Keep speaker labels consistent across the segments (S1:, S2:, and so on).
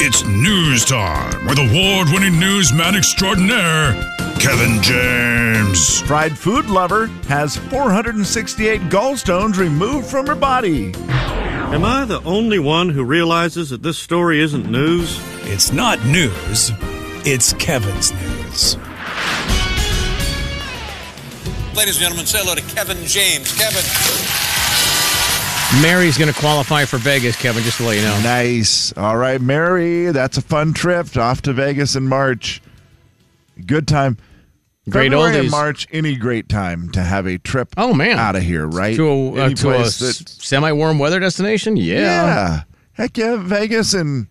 S1: It's news time with award winning newsman extraordinaire, Kevin James.
S2: Fried food lover has 468 gallstones removed from her body.
S3: Am I the only one who realizes that this story isn't news?
S4: It's not news, it's Kevin's news.
S5: Ladies and gentlemen, say hello to Kevin James. Kevin.
S6: Mary's going to qualify for Vegas, Kevin, just to let you know.
S2: Nice. All right, Mary, that's a fun trip. Off to Vegas in March. Good time.
S6: Great
S2: February and
S6: oldies.
S2: March, any great time to have a trip.
S6: Oh, man.
S2: out of here, right?
S6: To a, uh,
S2: Any
S6: to a
S2: place that-
S6: semi warm weather destination? Yeah.
S2: yeah, heck yeah, Vegas in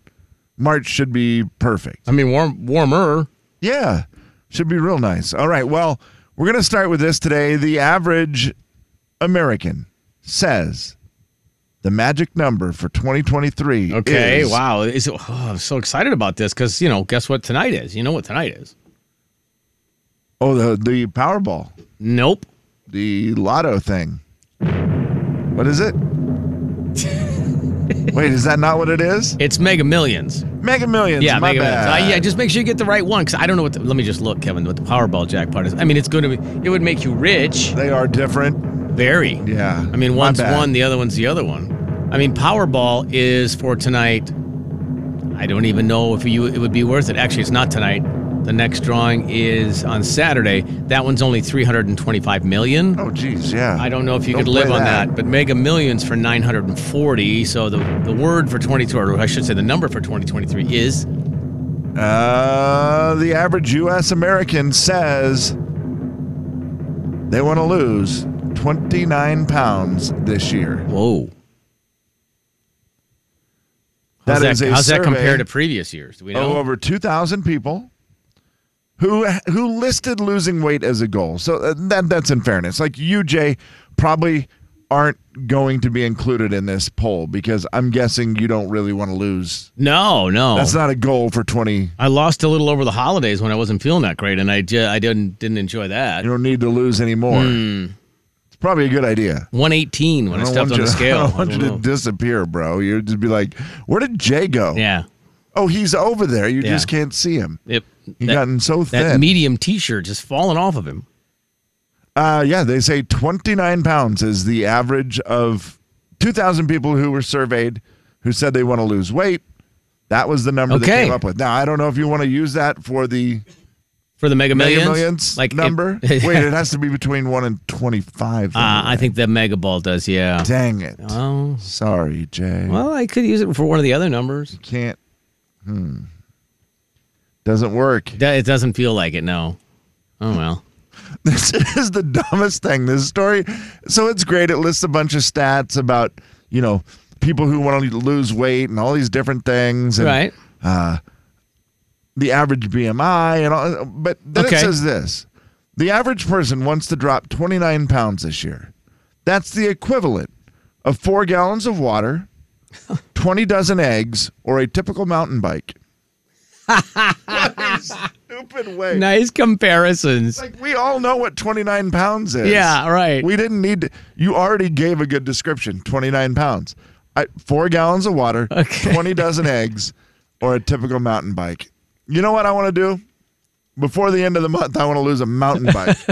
S2: March should be perfect.
S6: I mean, warm, warmer.
S2: Yeah, should be real nice. All right, well, we're going to start with this today. The average American says the magic number for 2023.
S6: Okay.
S2: is
S6: Wow. Is it, oh, I'm so excited about this because, you know, guess what tonight is? You know what tonight is?
S2: Oh, the the Powerball,
S6: Nope.
S2: the Lotto thing. What is it? Wait, is that not what it is?
S6: It's Mega Millions.
S2: Mega Millions.
S6: Yeah,
S2: my
S6: Mega Millions.
S2: bad.
S6: Uh, yeah, just make sure you get the right one because I don't know what. The, let me just look, Kevin, what the Powerball jackpot is. I mean, it's going to be. It would make you rich.
S2: they are different.
S6: Very.
S2: Yeah.
S6: I mean,
S2: Uh, my
S6: one's
S2: bad.
S6: one, the other one's the other one. I mean, Powerball is for tonight. I don't even know if you it would be worth it. Actually, it's not tonight. The next drawing is on Saturday. That one's only 325 million.
S2: Oh, geez, yeah.
S6: I don't know if you
S2: Don't
S6: could live
S2: play
S6: on that. but Mega Millions for 940. So the the word for 22 or I should say the number for 2023 is
S2: Uh, the average U.S. American says they want to lose 29 pounds this year.
S6: whoa.
S2: That
S6: How's that,
S2: is a
S6: how's that
S2: survey
S6: compare to previous years? Do we know?
S2: of over 2,000 people who who listed losing weight as a goal. So uh, that that's in fairness. Like you, Jay, probably aren't going to be included in this poll because I'm guessing you don't really want to lose.
S6: no, no.
S2: That's not a goal for 20.
S6: I lost a little over the holidays when I wasn't feeling that great, and I ju- I didn't didn't enjoy that.
S2: You don't need to lose anymore.
S6: Hmm.
S2: It's probably a good idea.
S6: One eighteen when I,
S2: don't want
S6: stepped on
S2: you
S6: the
S2: to-
S6: scale.
S2: I don't want
S6: I don't
S2: you to
S6: know.
S2: disappear, bro. You'd just be like, where did Jay go?
S6: yeah,
S2: Oh, he's over there. You
S6: Yeah.
S2: just can't see him.
S6: Yep.
S2: He's
S6: that,
S2: gotten so
S6: that
S2: thin.
S6: medium T-shirt just falling off of him.
S2: uh, yeah, they say 29 pounds is the average of 2,000 people who were surveyed who said they want to lose weight. That was the number they
S6: Okay.
S2: came up with. Now, I don't know if you want to use that for the
S6: For the Mega Millions,
S2: Mega Millions
S6: like it-
S2: number.
S6: uh,
S2: Wait, it has to be between 1 and 25.
S6: Ah, I think the Mega Ball does. Yeah.
S2: Dang it.
S6: Oh,
S2: Sorry, Jay.
S6: well, I could use it for one of the other numbers.
S2: Can't. Hmm. Doesn't work.
S6: That- It doesn't feel like it. No. Oh well.
S2: This is the dumbest thing. This story. So it's great. It lists a bunch of stats about, you know, people who want to lose weight and all these different things. And
S6: Right.
S2: The average BMI and all. But then it
S6: Okay.
S2: says this the average person wants to drop 29 pounds this year. That's the equivalent of four gallons of water, 20 dozen eggs, or a typical mountain bike. what a stupid way.
S6: Nice comparisons.
S2: Like we all know what 29 pounds is.
S6: Yeah, right.
S2: We didn't need to, you already gave a good description. 29 pounds. I, 4 gallons of water,
S6: Okay.
S2: 20 dozen eggs or a typical mountain bike. You know what I want to do? Before the end of the month I want to lose a mountain bike.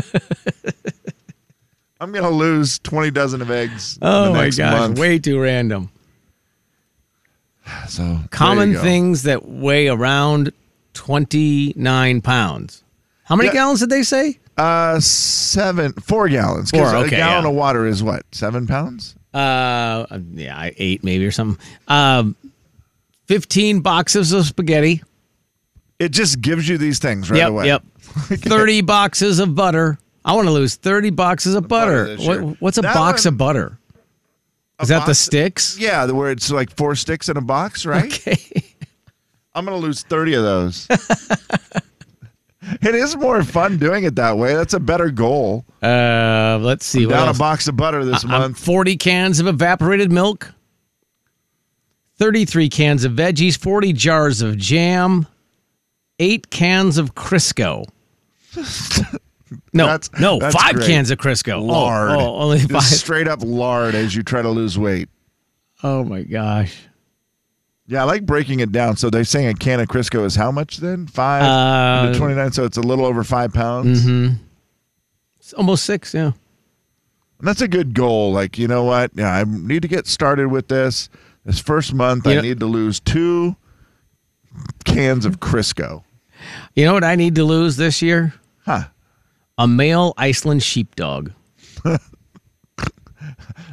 S2: I'm going to lose 20 dozen of eggs
S6: Oh
S2: in the
S6: my
S2: next
S6: gosh,
S2: month.
S6: way too random.
S2: So, there you
S6: Common
S2: go.
S6: things that weigh around twenty nine pounds. How many
S2: Yeah.
S6: gallons did they say?
S2: Uh 7 4 gallons 'Cause
S6: Four, okay,
S2: a gallon
S6: yeah.
S2: of water is what? 7 pounds?
S6: uh yeah I- eight maybe or something um 15 boxes of spaghetti
S2: It just gives you these things right
S6: yep
S2: away.
S6: yep 30 boxes of butter i want to lose 30 boxes of butter,
S2: butter this year.
S6: What, what's a
S2: That
S6: box
S2: one-
S6: of butter is that the
S2: box-
S6: sticks
S2: Yeah, the where it's like four sticks in a box, right?
S6: okay
S2: I'm gonna lose thirty of those. it is more fun doing it that way. That's a better goal.
S6: uh let's see what
S2: Down
S6: else?
S2: a box of butter this
S6: I'm
S2: month.
S6: 40 cans of evaporated milk 33 cans of veggies 40 jars of jam 8 cans of crisco no
S2: That's-
S6: no
S2: that's
S6: 5
S2: great.
S6: cans of crisco Oh,
S2: lard.
S6: oh, only 5
S2: Just straight up lard as you try to lose weight.
S6: Oh my gosh.
S2: Yeah, I like breaking it down. So they're saying a can of Crisco is how much then? Five
S6: Uh, mm-hmm.
S2: into 29. So it's a little over five pounds.
S6: It's almost six, yeah.
S2: And that's a good goal. Like, you know what? Yeah, I need to get started with this. This first month,
S6: You
S2: I
S6: know-
S2: need to lose two cans of Crisco.
S6: You know what I need to lose this year?
S2: Huh.
S6: A male Iceland sheepdog.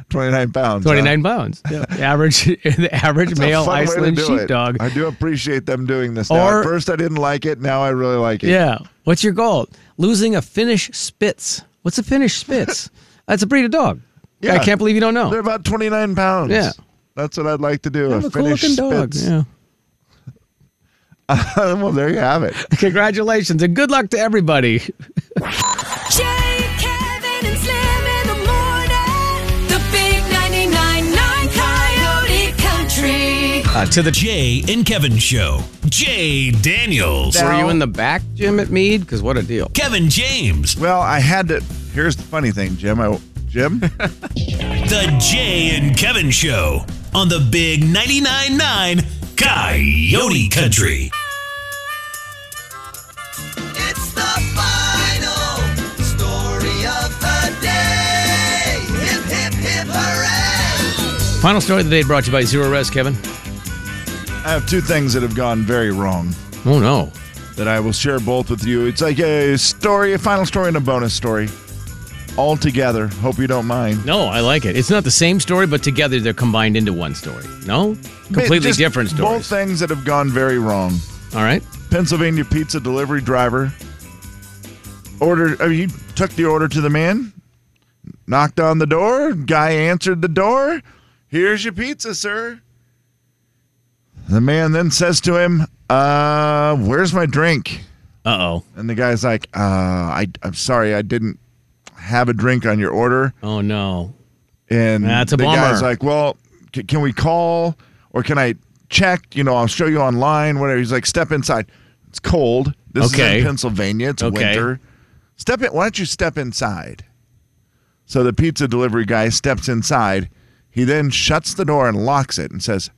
S2: 29 pounds. huh?
S6: 29 pounds. The average, the average
S2: It's a
S6: male
S2: fun way to
S6: Iceland
S2: do it.
S6: sheepdog.
S2: I do appreciate them doing this. Now. At
S6: Or-
S2: first, I didn't like it. Now I really like it.
S6: Yeah. What's your goal? Losing a Finnish Spitz. What's a Finnish Spitz? That's a breed of dog.
S2: Yeah.
S6: I can't believe you don't know.
S2: They're about 29 pounds.
S6: Yeah.
S2: That's what I'd like to do.
S6: Have
S2: a
S6: a cool
S2: Finnish
S6: looking dog.
S2: Spitz.
S6: Yeah.
S2: well, there you have it.
S6: Congratulations and good luck to everybody.
S7: Jay, Kevin, and Slim in the morning. The big 99.9 Coyote Country.
S4: Uh, to the Jay and Kevin show. Jay Daniels.
S6: Were you in the back, Jim, at Mead? Because what a deal.
S4: Kevin James.
S2: Well, I had to. Here's the funny thing, Jim. I, Jim?
S4: The Jay and Kevin show on the big 99.9 9 Coyote Country.
S8: It's the final story of the day. Hip, hip, hip, hooray!
S6: Final story of the day brought to you by Zero Res, Kevin.
S2: I have two things that have gone very wrong
S6: Oh, no.
S2: that I will share both with you. It's like a story, a final story, and a bonus story all together. Hope you don't mind.
S6: No, I like it. It's not the same story, but together they're combined into one story. No? Completely
S2: Just
S6: different
S2: Both
S6: stories.
S2: things that have gone very wrong.
S6: All right.
S2: Pennsylvania pizza delivery driver ordered. I mean, he took the order to the man, knocked on the door. Guy answered the door. Here's your pizza, sir. The man then says to him, "Uh, where's my drink?"
S6: Uh oh.
S2: And the guy's like, "Uh, I, I'm sorry, I didn't have a drink on your order."
S6: Oh, no.
S2: And
S6: That's a
S2: the
S6: bummer.
S2: guy's like, well, c- can we call or can I check? You know, I'll show you online, whatever. He's like, step inside. It's cold. This is
S6: Okay.
S2: in Pennsylvania. It's
S6: Okay.
S2: winter. Step in. Why don't you step inside? So the pizza delivery guy steps inside. He then shuts the door and locks it and says,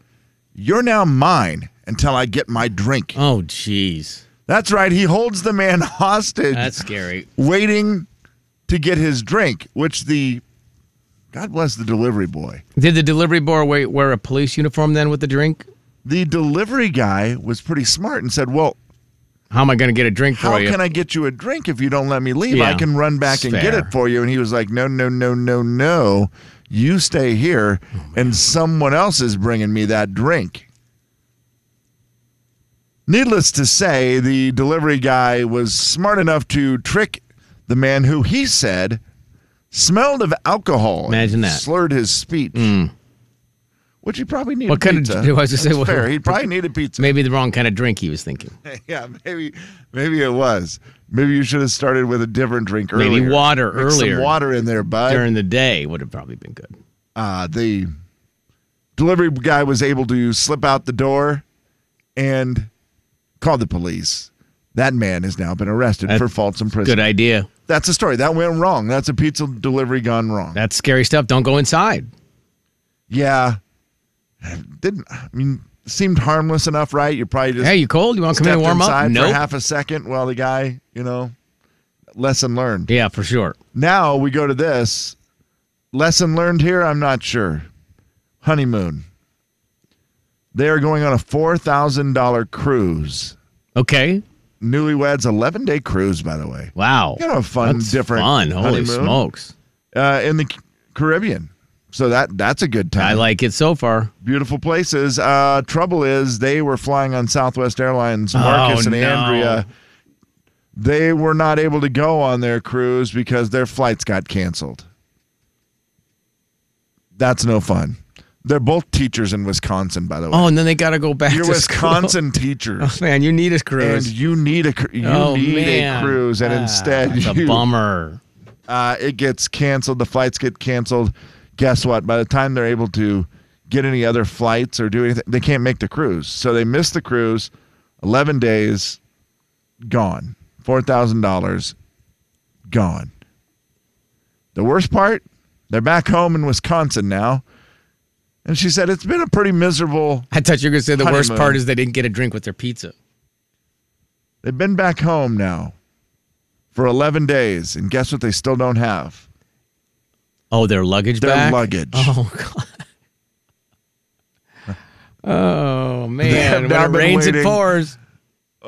S2: You're now mine until I get my drink.
S6: Oh, jeez.
S2: That's right. He holds the man hostage
S6: That's scary.
S2: waiting to get his drink, which the God bless the delivery boy.
S6: Did the delivery boy wear, wear a police uniform then with the drink?
S2: The delivery guy was pretty smart and said, "Well,
S6: How am I going to get a drink for
S2: how
S6: you?
S2: can I get you a drink if you don't let me leave? I
S6: Oh, Yeah,
S2: can run back
S6: it's
S2: and get
S6: fair.
S2: it for you." And he was like, "No, no, no, no, no. You stay here and someone else is bringing me that drink." Needless to say, the delivery guy was smart enough to trick the man who he said smelled of alcohol. and
S6: Imagine that. Mm.
S2: Slurred his speech. Which he probably needed.
S6: What kind of-
S2: pizza.
S6: I was gonna say,
S2: That's
S6: what-
S2: fair. He probably needed pizza.
S6: Maybe the wrong kind of drink he was thinking.
S2: yeah, maybe maybe it was. Maybe you should have started with a different drink earlier.
S6: Maybe water
S2: Mix
S6: earlier.
S2: Some water in there, bud.
S6: During the day would have probably been good.
S2: uh, the delivery guy was able to slip out the door and call the police. That man has now been arrested
S6: That-
S2: for false imprisonment.
S6: Good idea.
S2: That's a story that went wrong. That's a pizza delivery gone wrong.
S6: That's scary stuff. Don't go inside.
S2: yeah, didn't I mean seemed harmless enough, right? You probably just
S6: Hey, you cold? You want to come in
S2: stepped
S6: and warm
S2: inside
S6: up?
S2: for
S6: Nope.
S2: half a second while the guy, you know, lesson learned.
S6: yeah, for sure.
S2: Now we go to this lesson learned here. I'm not sure. Honeymoon. They are going on a four thousand dollar cruise.
S6: Okay.
S2: Newlyweds, eleven day cruise, by the way,
S6: Wow.
S2: Kind of a fun,
S6: That's
S2: different
S6: Fun. Holy
S2: honeymoon.
S6: smokes.
S2: uh, in the C- Caribbean. So that that's a good time.
S6: I like it so far.
S2: beautiful places. Uh, trouble is, they were flying on Southwest Airlines. Marcus
S6: Oh,
S2: and
S6: no.
S2: Andrea, they were not able to go on their cruise because their flights got canceled. That's no fun. They're both teachers in Wisconsin, by the way.
S6: Oh, and then they got to go back
S2: You're
S6: to school. Oh,
S2: Wisconsin teachers,
S6: Man, you need a
S2: and
S6: cruise.
S2: you need a cr- you
S6: oh,
S2: need
S6: man.
S2: a cruise, and
S6: Ah,
S2: instead
S6: that's
S2: you
S6: a bummer.
S2: uh, it gets canceled. The flights get canceled. Guess what? By the time they're able to get any other flights or do anything, they can't make the cruise. So they miss the cruise. 11 days gone. $4,000 gone. The worst part, they're back home in Wisconsin now. And she said, It's been a pretty miserable.
S6: I thought you were going to say the worst
S2: Honeymoon.
S6: part is they didn't get a drink with their pizza.
S2: They've been back home now for 11 days. And guess what they still don't have?
S6: Oh, their luggage
S2: Their
S6: back?
S2: luggage.
S6: Oh, God. Oh, man. When
S2: now
S6: it
S2: been
S6: rains, it
S2: waiting.
S6: pours.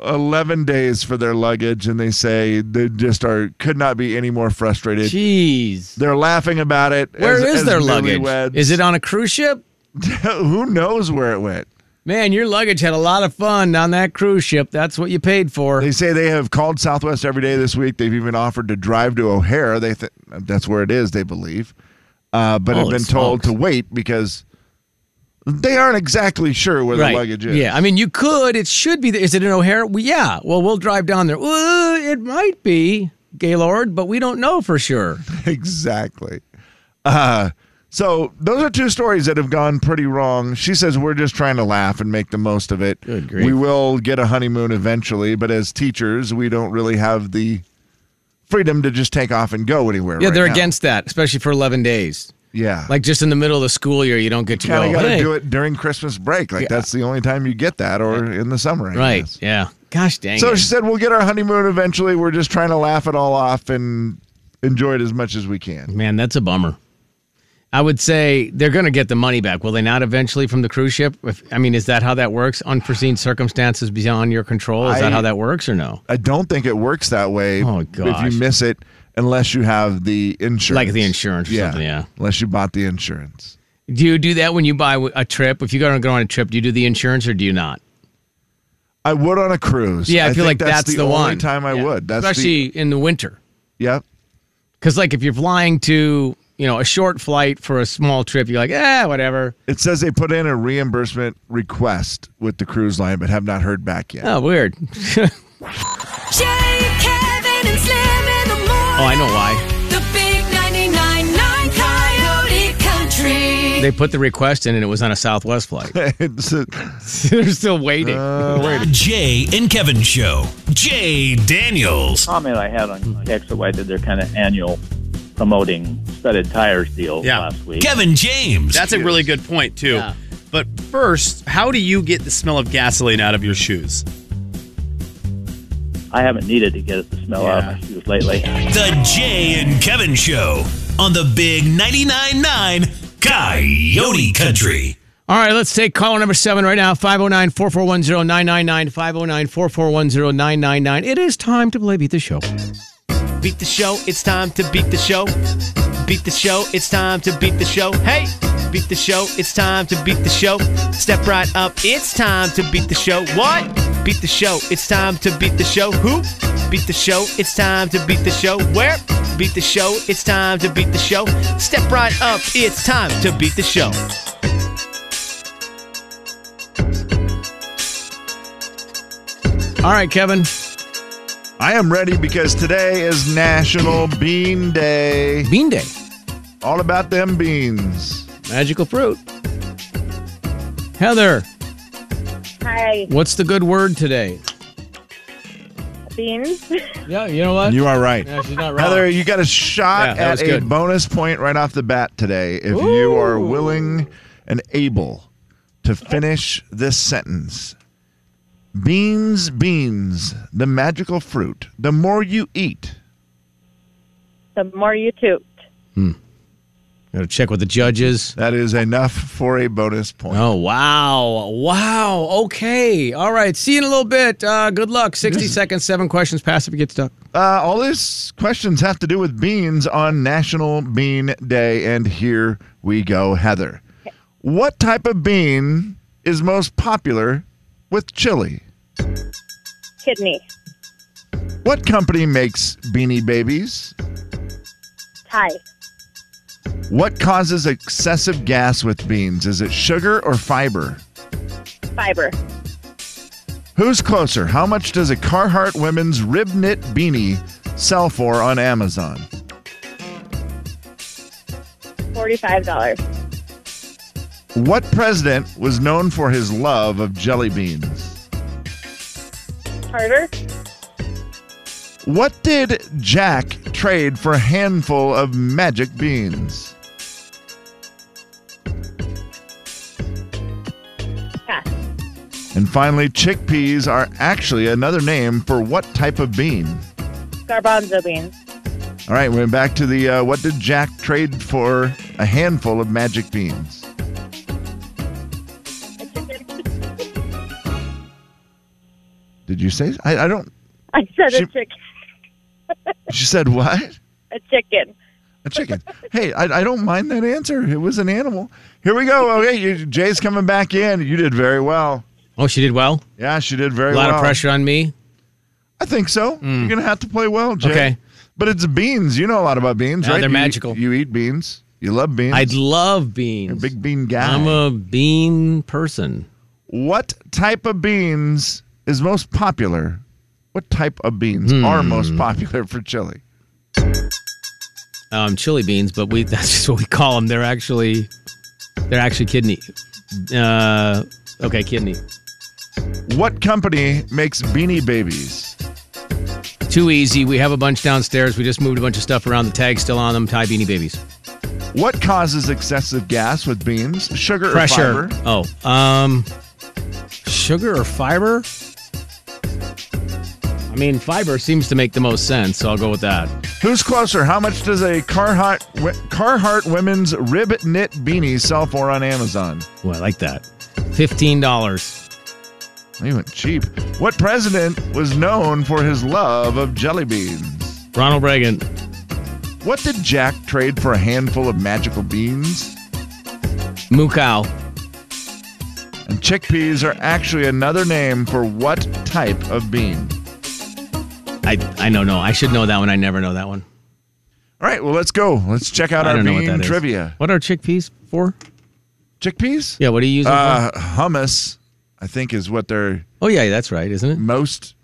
S2: 11 days for their luggage. And they say they just are, could not be any more frustrated.
S6: Jeez.
S2: They're laughing about it.
S6: Where is
S2: as- as
S6: their luggage?
S2: newlyweds.
S6: Is it on a cruise ship?
S2: Who knows where it went?
S6: Man, your luggage had a lot of fun on that cruise ship. That's what you paid for.
S2: They say they have called Southwest every day this week. They've even offered to drive to O'Hare. They th- that's where it is, they believe, uh, but have
S6: Holy
S2: been told
S6: smokes.
S2: to wait because they aren't exactly sure where
S6: right.
S2: the luggage is.
S6: Yeah, I mean, you could. It should be. There. Is it in O'Hare? We, yeah. Well, we'll drive down there. Ooh, it might be Gaylord, but we don't know for sure.
S2: exactly. Uh, so those are two stories that have gone pretty wrong. She says we're just trying to laugh and make the most of it.
S6: Good grief.
S2: We will get a honeymoon eventually, but as teachers, we don't really have the freedom to just take off and go anywhere.
S6: Yeah,
S2: right
S6: they're
S2: now.
S6: against that, especially for 11 days.
S2: Yeah,
S6: Like just in the middle of the school year, you don't get to
S2: kind
S6: go.
S2: of got to
S6: "Hey."
S2: do it during Christmas break. Like
S6: Yeah.
S2: that's the only time you get that, or in the summer, I
S6: Right.
S2: guess.
S6: Yeah. Gosh dang.
S2: So
S6: it.
S2: she said, "We'll get our honeymoon eventually. We're just trying to laugh it all off and enjoy it as much as we can."
S6: Man, that's a bummer. I would say they're going to get the money back. Will they not eventually from the cruise ship? If, I mean, is that how that works? Unforeseen circumstances beyond your control? Is that
S2: I-
S6: how that works or no?
S2: I don't think it works that way.
S6: Oh,
S2: If
S6: gosh.
S2: you miss it, unless you have the insurance,
S6: Like the insurance or
S2: yeah,
S6: something, yeah.
S2: Unless you bought the insurance,
S6: Do you do that when you buy a trip? If you're going to go on a trip, do you do the insurance or do you not?
S2: I would on a cruise.
S6: Yeah, I, feel
S2: think
S6: like that's,
S2: the, only
S6: one.
S2: time I
S6: Yeah.
S2: would. That's the
S6: Especially in the winter.
S2: yep.
S6: Because, like, if you're flying to, you know, a short flight for a small trip, you're like, eh, whatever.
S2: It says they put in a reimbursement request with the cruise line, but have not heard back yet.
S6: Oh, weird.
S7: Jay, Kevin, and Slim in the morning.
S6: Oh, I know why.
S7: The big 99.9 Coyote Country.
S6: they put the request in and it was on a Southwest flight.
S2: It's a-
S6: They're still waiting.
S4: Jay and Kevin Show. Jay Daniels.
S9: comment I had on KXOY did their kind of annual promoting studded tires deal
S10: Yeah.
S9: last week.
S4: Kevin James.
S10: That's a really good point, too.
S6: Yeah.
S10: But first, how do you get the smell of gasoline out of your shoes?
S9: I haven't needed to get it to smell out of my
S10: Yeah.
S9: shoes lately.
S4: the Jay and Kevin Show on the Big 99.9 Coyote Country.
S6: All right, let's take caller number seven right now 509 441 999 509 441 999. It is time to play Beat the Show.
S11: Beat the show, it's time to beat the show. Beat the show, it's time to beat the show. Hey! Beat the show, it's time to beat the show. Step right up, it's time to beat the show. What? Beat the show, it's time to beat the show. Who? Beat the show, it's time to beat the show. Where? Beat the show, it's time to beat the show. Step right up, it's time to beat the show.
S6: All right, Kevin.
S2: I am ready because today is National Bean Day.
S6: Bean Day,
S2: All about them beans.
S6: magical fruit. Heather,
S12: Hi,
S6: what's the good word today?
S12: beans.
S6: Yeah, you know what?
S2: You are right.
S6: yeah, she's not wrong.
S2: Heather, you got a
S6: Yeah,
S2: shot
S6: that was
S2: at a
S6: good.
S2: bonus point right off the bat today if you are willing and able to finish this sentence. Beans, beans, the magical fruit. The more you eat,
S12: The more you toot.
S6: Gotta check with the judges.
S2: that is enough for a bonus point.
S6: Oh, wow. Wow. Okay. All right. See you in a little bit. Uh, good luck. 60 seconds, seven questions. Pass if you get stuck.
S2: Uh, all these questions have to do with beans on National Bean Day. And here we go, Heather. What type of bean is most popular with chili?
S12: Kidney.
S2: What company makes beanie babies?
S12: Tie.
S2: What causes excessive gas with beans? Is it sugar or fiber?
S12: Fiber.
S2: Who's closer? How much does a Carhartt women's rib knit beanie sell for on Amazon?
S12: $45.
S2: What president was known for his love of jelly beans?
S12: Carter.
S2: What did Jack trade for a handful of magic beans? And finally, chickpeas are actually another name for what type of bean?
S12: Garbanzo beans.
S2: All right, we're back to the uh, what did Jack trade for a handful of magic beans? Did you say? I, I don't.
S12: I said
S2: She-
S12: a chicken.
S2: She said what?
S12: A chicken.
S2: A chicken. hey, I, I don't mind that answer. It was an animal. Here we go. Okay, you, Jay's coming back in. You did very well.
S6: Oh, she did well.
S2: Yeah, she did very
S6: a
S2: well.
S6: lot of pressure on me.
S2: I think so. You're gonna have to play well, Jay.
S6: Okay.
S2: But it's beans. You know a lot about beans,
S6: No,
S2: right?
S6: they're
S2: You-
S6: magical.
S2: You, eat beans. You love beans.
S6: I'd love beans.
S2: You're a big bean guy.
S6: I'm a bean person.
S2: what type of beans is most popular? What type of beans are most popular for chili?
S6: Um, chili beans, but we—that's just what we call them. They're actually, they're actually kidney. Uh, okay, kidney.
S2: What company makes Beanie Babies?
S6: Too easy. We have a bunch downstairs. We just moved a bunch of stuff around. The tag's still on them. Thai beanie babies.
S2: What causes excessive gas with beans? Sugar or
S6: Pressure.
S2: fiber?
S6: Oh, um, sugar or fiber? I mean, fiber seems to make the most sense, so I'll go with that.
S2: Who's closer? How much does a Carhartt, wi- Carhartt women's rib knit beanie sell for on Amazon?
S6: Well, I like that. Fifteen dollars.
S2: They went cheap. What president was known for his love of jelly beans?
S6: Ronald Reagan.
S2: What did Jack trade for a handful of magical beans?
S6: Moo cow.
S2: And chickpeas are actually another name for what type of bean?
S6: I I don't know. I should know that one. I never know that one.
S2: All right, well, let's go. Let's check out
S6: I
S2: our
S6: don't know what
S2: bean
S6: that is.
S2: trivia.
S6: What are chickpeas for?
S2: Chickpeas?
S6: Yeah. What do you use them
S2: Uh,
S6: for?
S2: hummus, I think, is what they're
S6: Oh yeah, that's right, isn't it?
S2: most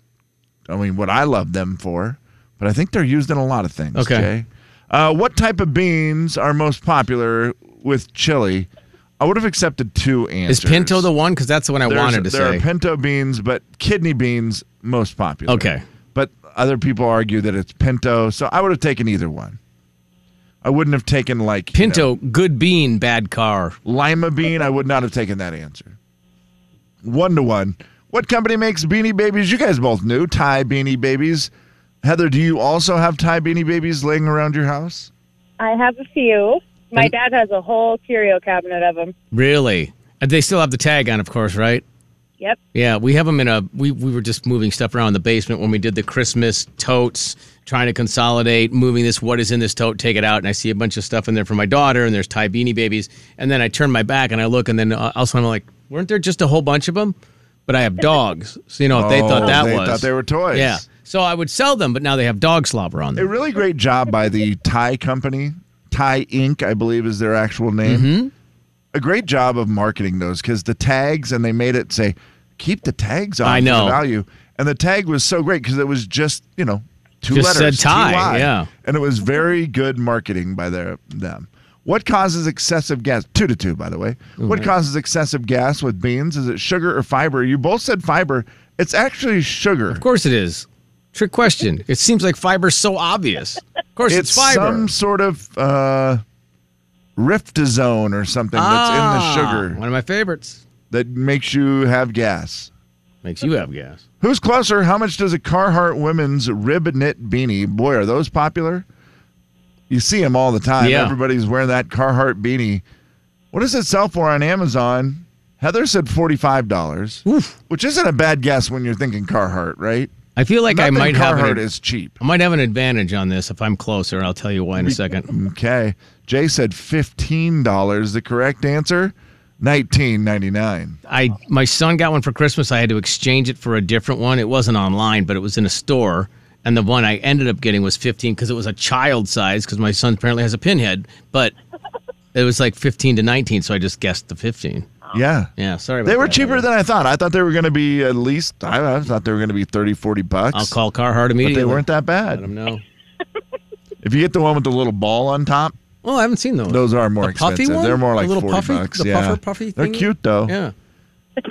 S2: I mean what I love them for, but I think they're used in a lot of things.
S6: Okay.
S2: Jay. Uh, what type of beans are most popular with chili? I would have accepted two answers.
S6: Is pinto the one? Because that's the one I
S2: There's-
S6: wanted to
S2: there
S6: say.
S2: are pinto beans, but kidney beans most popular.
S6: Okay.
S2: But other people argue that it's pinto, so I would have taken either one. I wouldn't have taken like you know,
S6: pinto, good bean, bad car.
S2: lima bean. I would not have taken that answer. One to one. What company makes Beanie Babies? You guys both knew Thai Beanie Babies. Heather, do you also have Thai Beanie Babies laying around your house?
S12: I have a few. My dad has a whole curio cabinet of them.
S6: Really? And they still have the tag on, of course, right?
S12: Yep.
S6: Yeah, we have them in a. We, we were just moving stuff around in the basement when we did the Christmas totes, trying to consolidate, moving this. What is in this tote? Take it out, and I see a bunch of stuff in there for my daughter, and there's Thai beanie babies, and then I turn my back and I look, and then uh, also I'm like, weren't there just a whole bunch of them? But I have dogs, so you know if they
S2: Oh,
S6: thought that
S2: they
S6: was
S2: thought they were toys.
S6: Yeah, so I would sell them, but now they have dog slobber on
S2: A
S6: them.
S2: really great job by the Thai company, Thai Inc., I believe is their actual name.
S6: Mm-hmm.
S2: A great job of marketing those because the tags, and they made it say, keep the tags on
S6: I
S2: for the
S6: know.
S2: value. And the tag was so great because it was just, you know, two
S6: Just
S2: letters.
S6: said Thai,
S2: TY.
S6: yeah.
S2: And it was very good marketing by their, them. What causes excessive gas? Two to two, by the way. What causes excessive gas with beans? Is it sugar or fiber? You both said fiber. It's actually sugar.
S6: Of course it is. Trick question. It seems like fiber's so obvious. Of course it's, fiber.
S2: some sort of uh, riftazone or something that's in the sugar
S6: Ah, One of my favorites.
S2: that makes you have gas.
S6: Makes you have gas.
S2: Who's closer? How much does a Carhartt women's rib knit beanie? Boy, are those popular? You see them all the time.
S6: Yeah.
S2: Everybody's wearing that Carhartt beanie. What does it sell for on Amazon? Heather said forty-five dollars,
S6: Oof.
S2: which isn't a bad guess when you're thinking Carhartt, right?
S6: I feel like
S2: Nothing
S6: I might have
S2: Carhartt
S6: an,
S2: is cheap.
S6: I might have an advantage on this if I'm closer. I'll tell you why in a second.
S2: Okay. Jay said fifteen dollars. The correct answer, nineteen ninety nine.
S6: I my son got one for Christmas. I had to exchange it for a different one. It wasn't online, but it was in a store. And the one I ended up getting was 15 because it was a child size because my son apparently has a pinhead. But it was like 15 to 19, so I just guessed the 15.
S2: Yeah.
S6: Yeah, sorry. About
S2: They were
S6: that.
S2: cheaper than I thought. I thought they were going to be at least. I I thought they were going to be 30, 40 bucks.
S6: I'll call Carhartt
S2: but
S6: immediately.
S2: they weren't that
S6: Let
S2: bad.
S6: them know.
S2: If you get the one with the little ball on top,
S6: Well, Oh, I haven't seen those.
S2: those are more
S6: The puffy
S2: expensive.
S6: one?
S2: They're more
S6: The
S2: like
S6: little
S2: forty
S6: puffy-
S2: bucks.
S6: the
S2: yeah,
S6: puffer puffy
S2: They're
S6: thingy?
S2: cute though.
S6: Yeah.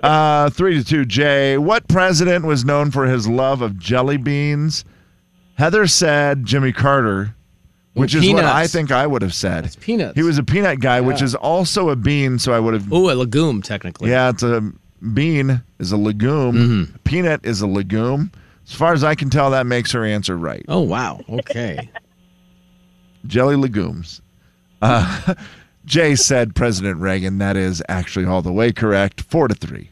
S2: Uh, three to two. Jay, what president was known for his love of jelly beans? Heather said Jimmy Carter, which is what
S6: peanuts.
S2: I think I would have said.
S6: It's peanuts.
S2: He was a peanut guy, which
S6: Yeah.
S2: is also a bean, so I would have.
S6: Ooh, a legume technically.
S2: Yeah, it's a bean is a legume.
S6: Mm-hmm.
S2: Peanut is a legume. As far as I can tell, that makes her answer right.
S6: Oh wow! Okay.
S2: Jelly legumes. Uh, Jay said President Reagan. That is actually all the way correct. Four to three.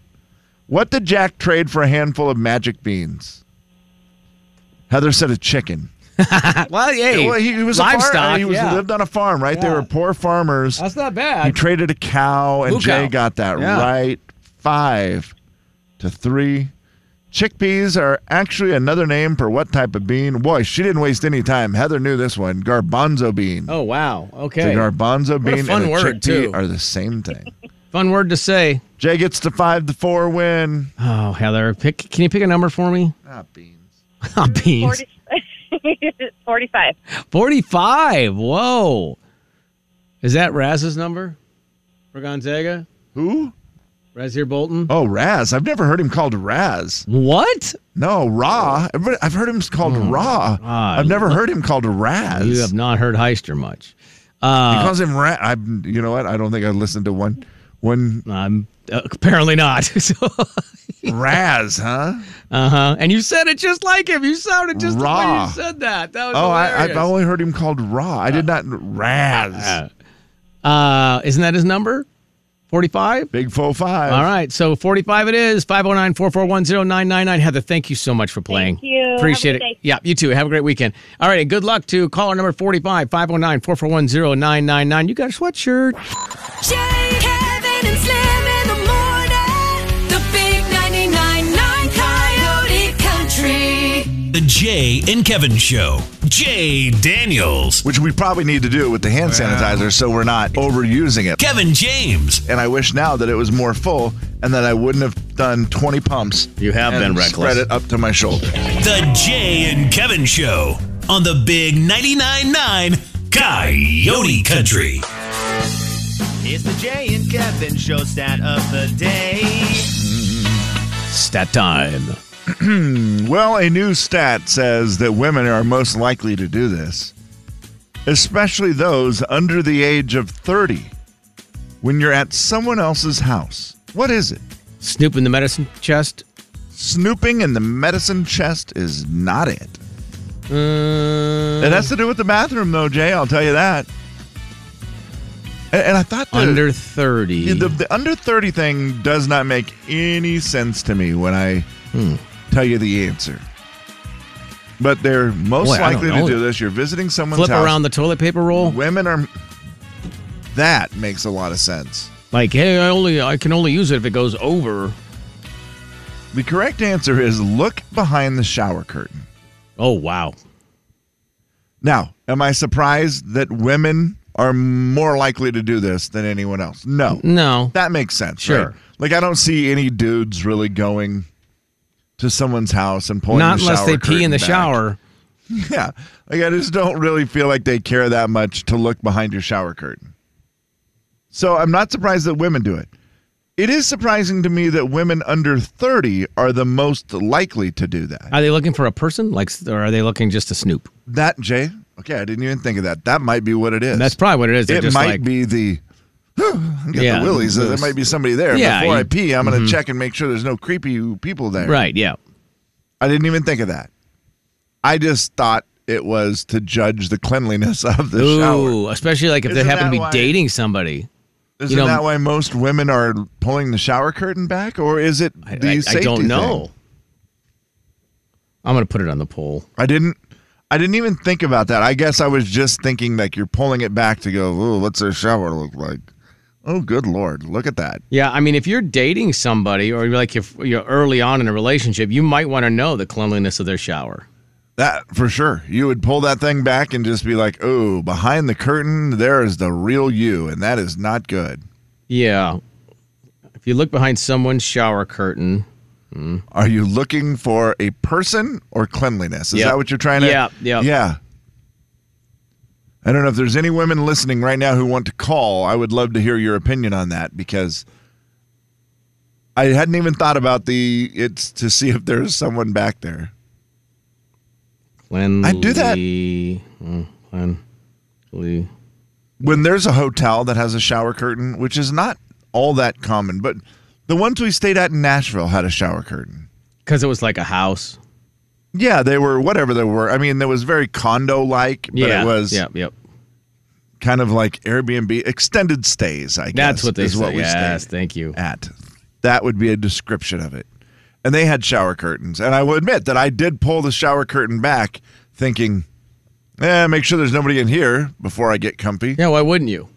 S2: What did Jack trade for a handful of magic beans? Heather said a chicken.
S6: well, yeah.
S2: Well, he, he was A farm,
S6: livestock.
S2: he was,
S6: yeah.
S2: lived on a farm, right? They
S6: Yeah.
S2: were poor farmers.
S6: That's not bad.
S2: He traded a cow, and
S6: Blue
S2: Jay
S6: cow.
S2: got that
S6: Yeah.
S2: right. Five to three. Chickpeas are actually another name for what type of bean? Boy, she didn't waste any time. Heather knew this one. Garbanzo bean.
S6: Oh wow!
S2: The
S6: Okay.
S2: garbanzo
S6: What a
S2: bean
S6: fun
S2: and a chickpea
S6: word, too.
S2: are the same thing.
S6: Fun word to say.
S2: Jay gets the five to four win.
S6: Oh Heather, pick. Can you pick a number for me?
S2: Ah, beans.
S6: Ah, beans.
S12: 40, 45.
S6: Forty-five. Whoa. Is that Raz's number for Gonzaga?
S2: Who?
S6: Razir Bolton.
S2: Oh, Raz. I've never heard him called Raz.
S6: What?
S2: No, Raw. Everybody- I've heard him called Raw.
S6: God.
S2: I've never heard him called Raz.
S6: Hmm. Ah, You have not heard Heister much.
S2: He
S6: Uh,
S2: calls him Raz. I'm, you know what? I don't think I listened to one. One
S6: I'm uh, apparently not.
S2: Raz, huh?
S6: uh huh. And you said it just like him. You sounded just the way
S2: Raw.
S6: you said that. That was
S2: Oh, I, I've
S6: hilarious.
S2: only heard him called Raw. I did not Raz.
S6: Uh, isn't that his number? 45?
S2: Big four five.
S6: All right. So 45 it is. 509 441 999. Heather, thank you so much for playing.
S12: Thank you.
S6: Appreciate
S12: Have a good
S6: it.
S12: day.
S6: Yeah, you too. Have a great weekend. All right. And good luck to caller number oh 45 509 441 999. You got a sweatshirt.
S7: Jay, Kevin, and Slim in the morning. The big 99.9 Coyote Country.
S4: The Jay and Kevin Show. Jay Daniels.
S2: Which we probably need to do with the hand sanitizer so we're not overusing it.
S4: Kevin James.
S2: And I wish now that it was more full and that I wouldn't have done 20 pumps. You
S10: have been reckless.
S2: Spread it up to my shoulder.
S4: The Jay and Kevin Show on the Big 99.9 Coyote Country.
S11: It's the Jay and Kevin show stat of the day.
S6: Stat time.
S2: well, a new stat says that women are most likely to do this, especially those under the age of 30, when you're at someone else's house. What is it?
S6: Snoop in the medicine chest.
S2: Snooping in the medicine chest is not it.
S6: Uh,
S2: It has to do with the bathroom, though, Jay. I'll tell you that. And, and I thought the,
S6: under 30.
S2: Yeah, the, the under 30 thing does not make any sense to me when I
S6: Hmm.
S2: tell you the answer. But they're most
S6: Boy, I don't
S2: likely to
S6: know.
S2: do this. You're visiting someone's
S6: Flip
S2: house.
S6: around the toilet paper roll.
S2: Women are. That makes a lot of sense.
S6: Like, hey, I only I can only use it if it goes over.
S2: The correct answer is look behind the shower curtain.
S6: Oh wow.
S2: Now, am I surprised that women are more likely to do this than anyone else? No.
S6: No.
S2: That makes sense.
S6: Sure.
S2: right? Like I don't see any dudes really going to someone's house and pulling.
S6: Not
S2: the
S6: unless
S2: shower
S6: they pee
S2: curtain
S6: in the
S2: back.
S6: shower.
S2: Yeah, like I just don't really feel like they care that much to look behind your shower curtain. So I'm not surprised that women do it. It is surprising to me that women under 30 are the most likely to do that.
S6: Are they looking for a person? Like or are they looking just to snoop?
S2: That Jay, okay, I didn't even think of that. That might be what it is.
S6: That's probably what it is. They're
S2: it
S6: just
S2: might
S6: like
S2: be the get
S6: Yeah,
S2: the willies. There
S6: loose.
S2: might be somebody there
S6: Yeah,
S2: before I
S6: you-
S2: pee. I'm going to
S6: mhm.
S2: check and make sure there's no creepy people there.
S6: Right, yeah.
S2: I didn't even think of that. I just thought it was to judge the cleanliness of the shower.
S6: Ooh, especially like if
S2: Isn't
S6: they happen
S2: that
S6: to be
S2: why-
S6: dating somebody.
S2: Isn't
S6: know-
S2: that why most women are pulling the shower curtain back, or is it
S6: I,
S2: the
S6: I- I
S2: safety
S6: don't
S2: thing?
S6: know. I'm gonna put it on the poll.
S2: I didn't. I didn't even think about that. I guess I was just thinking like you're pulling it back to go. Ooh, what's their shower look like? Oh, good lord, look at that.
S6: Yeah, I mean, if you're dating somebody, or you're like if you're early on in a relationship, you might want to know the cleanliness of their shower.
S2: That for sure. You would pull that thing back and just be like, "Ooh, behind the curtain, there is the real you, and that is not good."
S6: Yeah, if you look behind someone's shower curtain,
S2: Are you looking for a person or cleanliness? Is
S6: Yep.
S2: that what you're trying to?
S6: Yep, yep.
S2: yeah. I don't know if there's any women listening right now who want to call. I would love to hear your opinion on that because I hadn't even thought about the it's to see if there's someone back there.
S6: cleanly.
S2: I do that.
S6: Mm, cleanly.
S2: when there's a hotel that has a shower curtain, which is not all that common, but The ones we stayed at in Nashville had a shower curtain.
S6: Because it was like a house.
S2: Yeah, they were whatever they were. I mean, there was very condo like, but
S6: Yeah,
S2: it was
S6: yep, yep.
S2: kind of like Airbnb extended stays, I guess.
S6: That's what they
S2: is
S6: say.
S2: What we
S6: Yes,
S2: stayed
S6: thank you.
S2: At. That would be a description of it. And they had shower curtains. And I will admit that I did pull the shower curtain back thinking, eh, make sure there's nobody in here before I get comfy.
S6: Yeah, why wouldn't you?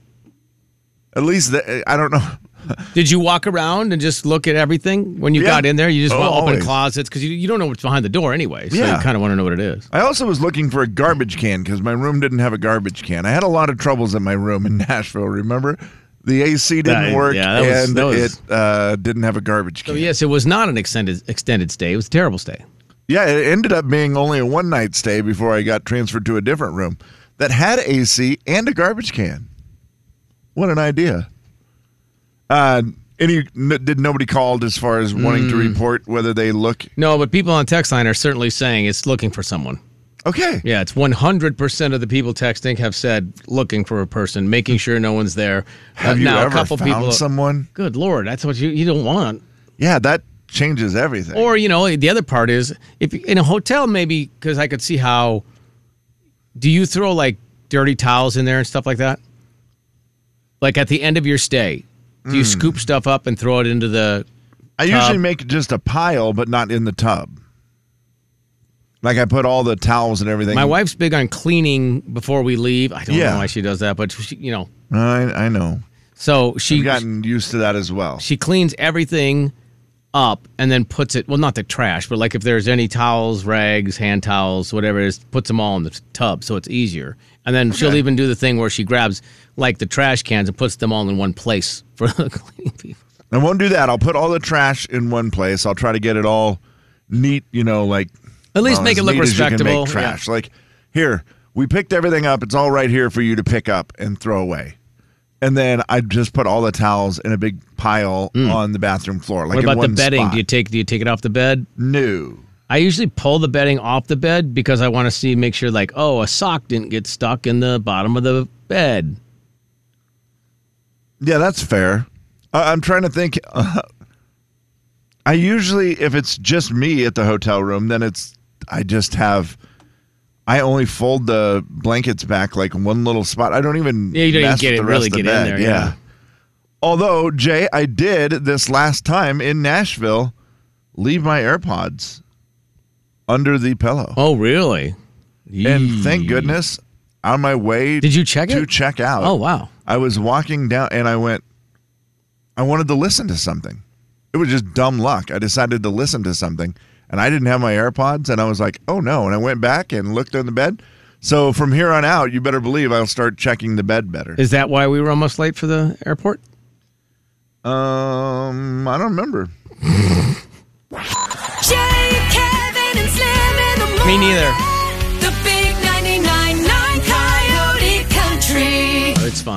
S2: At least, the, I don't know.
S6: Did you walk around and just look at everything when you
S2: Yeah.
S6: got in there? You just
S2: Oh,
S6: want open
S2: always.
S6: closets because you, you don't know what's behind the door anyway. So
S2: Yeah.
S6: you kind of want to know what it is.
S2: I also was looking for a garbage can because my room didn't have a garbage can. I had a lot of troubles in my room in Nashville, remember? The AC didn't
S6: That-
S2: work
S6: yeah, that was-
S2: and
S6: that was-
S2: it uh, didn't have a garbage can.
S6: So yes, it was not an extended extended stay. It was a terrible stay.
S2: Yeah, it ended up being only a one night stay before I got transferred to a different room that had AC and a garbage can. What an idea! Uh, any n- did nobody called as far as wanting to
S6: Mm.
S2: report whether they look?
S6: No, but people on text line are certainly saying it's looking for someone.
S2: Okay.
S6: Yeah, it's 100% of the people texting have said looking for a person, making sure no one's there.
S2: Have
S6: Uh,
S2: you
S6: now,
S2: ever
S6: a couple
S2: found
S6: people,
S2: someone?
S6: Good lord, that's what you you don't want.
S2: Yeah, that changes everything.
S6: Or you know, the other part is if you- in a hotel maybe because I could see how. Do you throw like dirty towels in there and stuff like that? Like at the end of your stay, do you
S2: Mm.
S6: scoop stuff up and throw it into the?
S2: I
S6: tub?
S2: usually make just a pile, but not in the tub. Like I put all the towels and everything.
S6: My wife's big on cleaning before we leave. I don't
S2: Yeah.
S6: know why she does that, but she, you know,
S2: I, I know.
S6: So she
S2: gotten used to that as well.
S6: she cleans everything up and then puts it well not the trash but like if there's any towels rags hand towels whatever it is puts them all in the tub so it's easier and then she'll
S11: Okay.
S6: even do the thing where she grabs like the trash cans and puts them all in one place for the cleaning people
S2: I won't do that. I'll put all the trash in one place. I'll try to get it all neat, you know, like
S6: At least make
S2: as
S6: it look
S2: neat as you can make
S6: respectable,
S2: trash. Like here, we picked everything up. It's all right here for you to pick up and throw away. And then I just put all the towels in a big pile on the bathroom floor. Like
S6: Mm. what
S2: in
S6: about the
S2: one
S6: bedding
S2: spot.
S6: do you take do you take it off the bed
S2: no
S6: i usually pull the bedding off the bed because i want to see make sure like oh a sock didn't get stuck in the bottom of the bed
S2: Yeah, that's fair. I I'm trying to think. uh, I usually, if it's just me at the hotel room, then it's I just have. I only fold the blankets back like one little spot. I don't even
S6: Yeah, you don't even
S2: mess
S6: get
S2: with
S6: it-
S2: the
S6: really
S2: rest of
S6: get
S2: the
S6: in
S2: bed,
S6: there, yeah.
S2: Although Jay, I did this last time in Nashville, leave my AirPods under the pillow.
S6: Oh, really?
S2: And thank goodness, on my way. Did
S6: you check
S2: to check out?
S6: Oh, wow.
S2: I was walking down, and I went. I wanted to listen to something. It was just dumb luck. I decided to listen to something, and I didn't have my AirPods, and I was like, "Oh no!" And I went back and looked on the bed. So from here on out, you better believe I'll start checking the bed better.
S6: is that why we were almost late for the airport
S2: Um, I don't remember.
S7: Jay, Kevin, and Slim in the morning.
S6: Me neither.